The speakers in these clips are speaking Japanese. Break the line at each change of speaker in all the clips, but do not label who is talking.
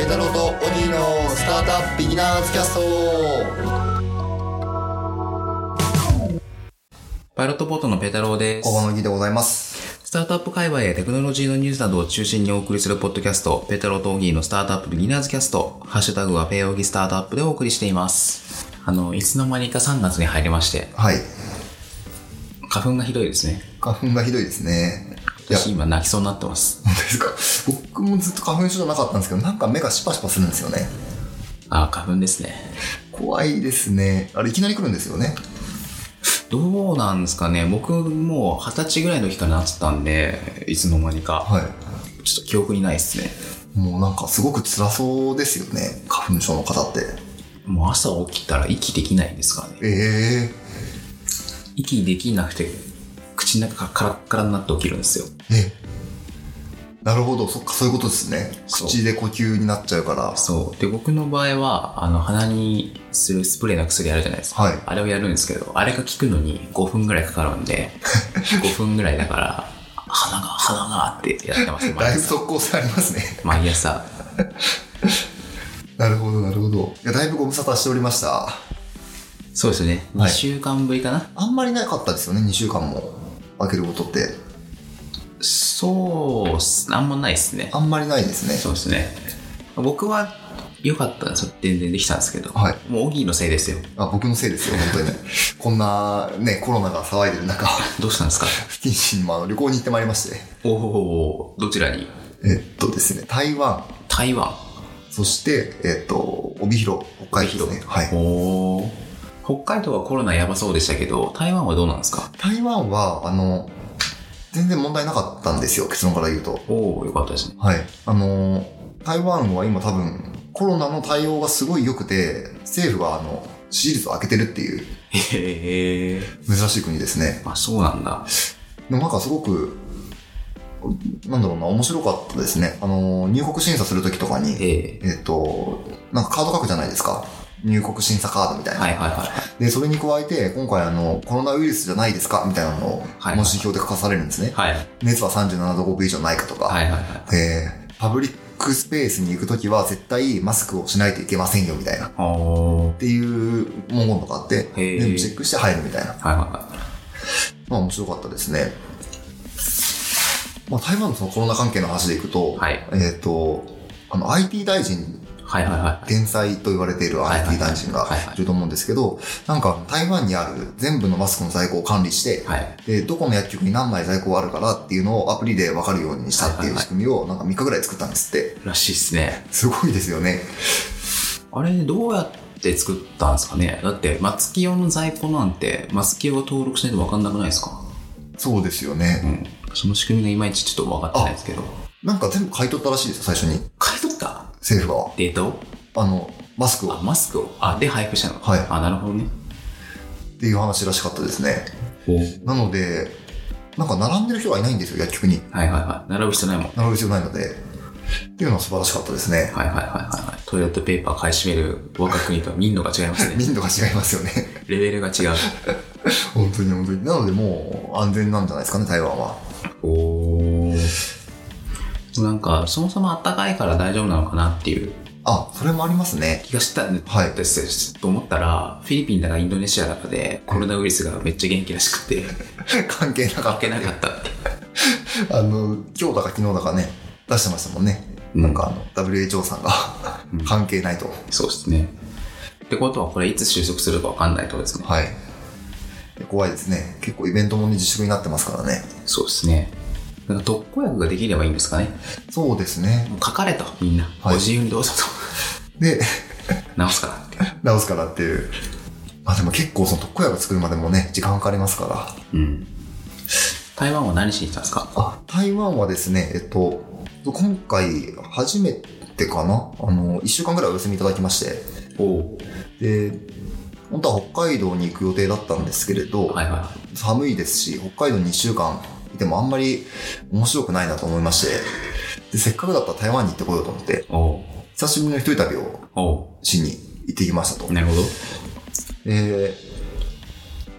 イ太郎とオニーのスタートアップビギナーズキャスト
パイロットボートのペータローです。
小野木でございます
スタートアップ界隈やテクノロジーのニュースなどを中心にお送りするポッドキャスト、ペータローとオギーのスタートアップビギナーズキャスト、ハッシュタグはペーオギスタートアップでお送りしています。あの、いつの間にか3月に入りまして、
はい
花粉がひどいですね。
花粉がひどいですねいや
私今泣きそうになってます。
本当ですか僕もずっと花粉症じゃなかったんですけどなんか目がシパシパするんですよね
あ、花粉ですね。
怖いですねあれいきなり来るんですよね
どうなんですかね僕もう二十歳ぐらいの時からなってたんで、いつの間にか。
はい
ちょっと記憶にないですね。
もうなんかすごく辛そうですよね花粉症の方って
もう朝起きたら息できないですからね。
え
息できなくて、口の中がカラッカラになって起きるんですよ。
ええなるほどそっかそういうことですね
そう
口で呼吸になっちゃうから
そう。で、僕の場合は、あの、鼻にするスプレーの薬あるじゃないですか。
はい
あれをやるんですけど、あれが効くのに5分ぐらいかかるん で、5分ぐらいだから、鼻が、鼻がってやってます、毎
だいぶ
朝。
速攻性ありますね
毎朝。
なるほどなるほどいやだいぶご無沙汰しておりました
そうですね。
はい
2週間ぶりかな、
あんまりなかったですよね2週間も開けることって
そうっす、あんまないですね
あ。んまりないですね
そうですね。僕は良かったんですよ。全然できたんですけど。
はい
もう、オギーのせいですよ。
あ僕のせいですよ本当に こんなねコロナが騒いでる中
どうしたんですか
不謹慎もあの旅行に行ってまいりまして
おおどちらに
えっとですね台湾
台湾。
そしてえっと帯広北海道ですねはい
おー北海道はコロナやばそうでしたけど台湾はどうなんですか
台湾はあの全然問題なかったんですよ結論から言うと
おおよかったですね
はい。あのー台湾は今多分、コロナの対応がすごい良くて、政府があの、支持率を上げてるっていう、
へえ
珍しい国ですね。
あそうなんだ
でもなんかすごく、なんだろうな、面白かったですね。あのー入国審査するときとかに、
ええ
えっ、と、なんかカード書くじゃないですか。入国審査カードみたいな。
はいはいはい
で、それに加えて、今回あの、コロナウイルスじゃないですかみたいなのを、
はい
問診票で書かされるんですね。
はい
熱は37度5分以上ないかとか、
はいはいはい
えーパブリックスペースに行くときは絶対マスクをしないといけませんよみたいな。っ
おー
ていう文言とかあって、
へー
全部チェックして入るみたいな。
はいはいは
まあ面白かったですね。まあ台湾のそのコロナ関係の話でいくと、
はい
えっ、と、あの IT 大臣、
いはいはいはい
天才と言われている
はいはい
IT 大臣が
はいはい
いると思うんですけど、なんか台湾にある全部のマスクの在庫を管理して、
はい
で、どこの薬局に何枚在庫があるからっていうのをアプリで分かるようにしたっていう仕組みをなんか3日ぐらい作ったんですって。
らしいっすね
すごいですよね。
あれどうやって作ったんですかねだってマツキ用の在庫なんてマツキ用が登録しないと分かんなくないですか
そうですよ
う
ね。
んその仕組みがいまいちちょっと分かってないですけど
なんか全部買い取ったらしいですよ、最初に。
買い取った
政府
データを
が。あの、マスクを
あ
っ
マスクをあで配布したの
はい
あなるほどね
ていう話らしかったですね。
お
なので、なんか並んでる人がいないんですよ、薬局に。
はいはいはい。並ぶ必要ないもん。
並ぶ必要ないので。っていうのは素晴らしかったですね。
はいはいはいはいはい。トイレットペーパー買い占める我が国とは民度が違います ね。
民度が違いますよね。
レベルが違う。
本当に本当に。なのでもう安全なんじゃないですかね、台湾は。
おなんか、そもそもあったかいから大丈夫なのかなっていう
あ、それもありますね。
気がしたんで
はい
ですと思ったら、フィリピンだかインドネシアだかでコロナウイルスがめっちゃ元気らしくて、
関係なか
関
った
け。なかったって。
あの、今日だか昨日だかね、出してましたもんね。
うん
なんかあの、WHO さんが
うん
関係ないと。
そうですね。ってことは、これいつ収束するかわかんないってことですね。
はい。怖いですね。結構イベントもね自粛になってますからね。
そうですね。なんか特効薬ができればいいんですかね。
そうですね。
もう書かれと、みんな。
はい
ご自由にどうぞ
で、
と。治すからって。
直すからっていう。まあでも結構その特効薬作るまでもね、時間かかりますから。
うん。台湾は何しに行ったんですか
あ、台湾はですね、えっと、今回初めてかなあの、1週間ぐらいお休みいただきまして。
お
で、本当は北海道に行く予定だったんですけれど、
はいは
寒いですし、北海道に1週間いてもあんまり面白くないなと思いまして、でせっかくだったら台湾に行ってこようと思って、
い。お
久しぶりの一人旅を
お
しに行ってきましたと。
なるほど。
で、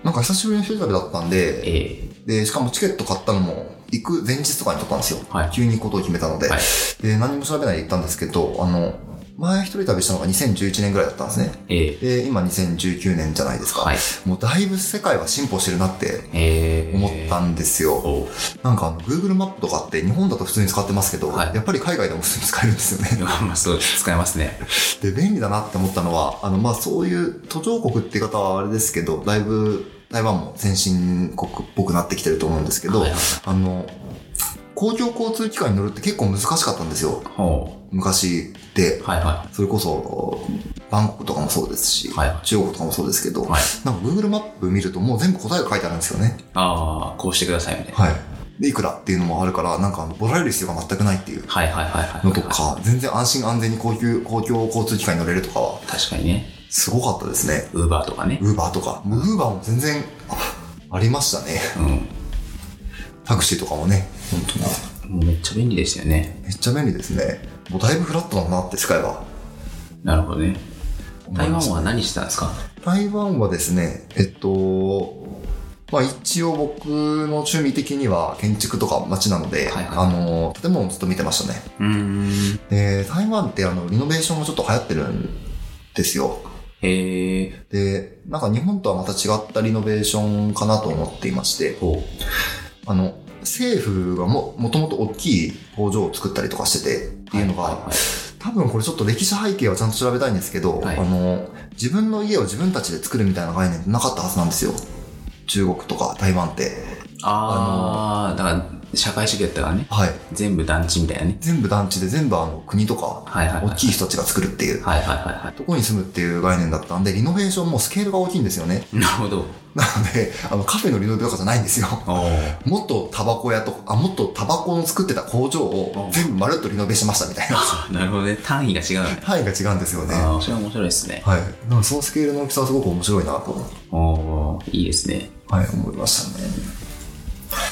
なんか久しぶりの一人旅だったんで、
え
で、しかもチケット買ったのも行く前日とかに取ったんですよ。
はい
急に行くことを決めたので、
はい
で、何も調べないで行ったんですけど、あの、前一人旅したのが2011年ぐらいだったんですね。
ええ
で、今2019年じゃないですか。
はい。
もうだいぶ世界は進歩してるなって
ええ
思ったんですよ。
おう
なんかあの、Google マップとかって日本だと普通に使ってますけど、
はい
やっぱり海外でも普通に使えるんですよね。
まあそうです。使えますね。
で、便利だなって思ったのは、あの、まあ、そういう途上国って方はあれですけど、だいぶ台湾も先進国っぽくなってきてると思うんですけど、
はい
あの、公共交通機関に乗るって結構難しかったんですよ。
ほ
昔って
う。。はいは
それこそ、バンコクとかもそうですし、
はい
中国とかもそうですけど、
い。はい。
なんか Google マップ見るともう全部答えが書いてあるんですよね。
ああ、こうしてくださいみたいな。
はい。で、いくらっていうのもあるから、なんかあのボラれる必要が全くないっていう
はいはいはいはい。
のと。か、全然安心安全に公共公共交通機関に乗れるとかは、
確かにね。
すごかったですね。
ウーバーとかね。
ウーバーとか。もうウーバーも全然、あありましたね。
うん。
タクシーとかもね。
本当だ。もうめっちゃ便利でしたよね。
めっちゃ便利ですね。もうだいぶフラットだなって、世界は。
なるほどね。
思い
台
ま
湾
した
は何してたんですか
台湾はですね、えっと、まあ一応僕の趣味的には建築とか街なので、
はいはい
あの、建物をずっと見てましたね。
うーん。
で、台湾ってあの、リノベーションもちょっと流行ってるんですよ。
へえ。
で、なんか日本とはまた違ったリノベーションかなと思っていまして、
ほ
あの、政府がも、もともと大きい工場を作ったりとかしててっていうのが、
はいはいはい
多分これちょっと歴史背景はちゃんと調べたいんですけど、
はい
あの、自分の家を自分たちで作るみたいな概念ってなかったはずなんですよ。中国とか台湾って。
う。ああ、だから、社会主義だったからね。
はい。
全部団地みたいなね。
全部団地で全部あの国とか、
はいはいはい。
大きい人たちが作るっていう。
はいはいはいは
とこに住むっていう概念だったんで、リノベーションもスケールが大きいんですよね。
い。なるほど。
なので、あの、カフェのリノベとかじゃないんですよ。
おー
もっとタバコ屋とか、あ、もっとタバコの作ってた工場を
うん
全部まるっとリノベしましたみたいな。
あなるほどね。単位が違うね。
範囲が違うんですよね。は
ああ、それは面白いですね。
い。なんかそのスケールの大きさはすごく面白いなと、
おーいいですね。
はい、思いましたね。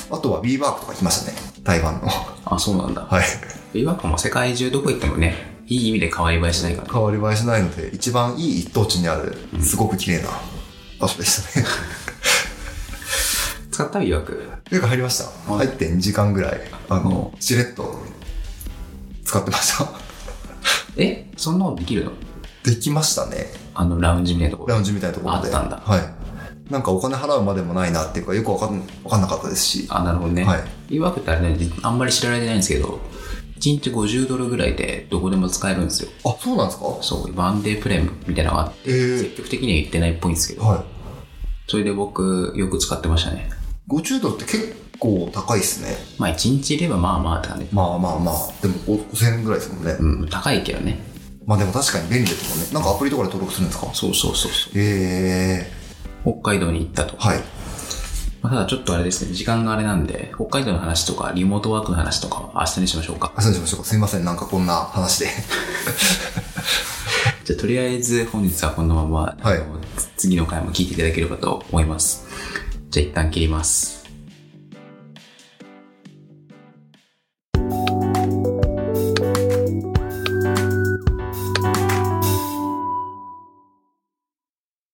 あとは B バークとか行きましたね。台湾の。は
あ、そうなんだ。
い。
ビバックも世界中どこ行ってもね、いい意味で変わり映えしないからね。
変わり映えしないので、一番いい一等地にある、すごく綺麗な場所でしたね。
使ったビバック。
というか入りました。
は
入
い
って2時間ぐらい、あの、しれっと使ってました。
えそんなのできるの
できましたね。
あの、ラウンジみたいなところ。
ラウンジみたいなところで。
あったんだ
はい。なんかお金払うまでもないなっていうか、よくわかんわかんなかったですし。
あ、なるほどね。
はい
ビバックってあれね、あんまり知られてないんですけど、1日50ドルぐらいでどこでも使えるんですよ。
あ、そうなんですか
そう、ワンデープレムみたいなのがあって、
えー
積極的には行ってないっぽいんですけど、
はい。
それで僕、よく使ってましたね。
50ドルって結構高いですね。
まあ1日いればまあまあって感じ。
まあまあまあ。でも5 5000円ぐらいですもんね。
うん、高いけどね。
まあでも確かに便利ですもんね。なんかアプリとかで登録するんですか
そうそうそうそう。
え
北海道に行ったと
ー、はい。
まあ、ただちょっとあれですね、時間があれなんで、北海道の話とか、リモートワークの話とかは明日にしましょうか。
あ、そうにしましょうか。すいません。なんかこんな話で。
じゃあ、とりあえず本日はこのまま、
はい
あのつ次の回も聞いていただければと思います。じゃあ、一旦切ります。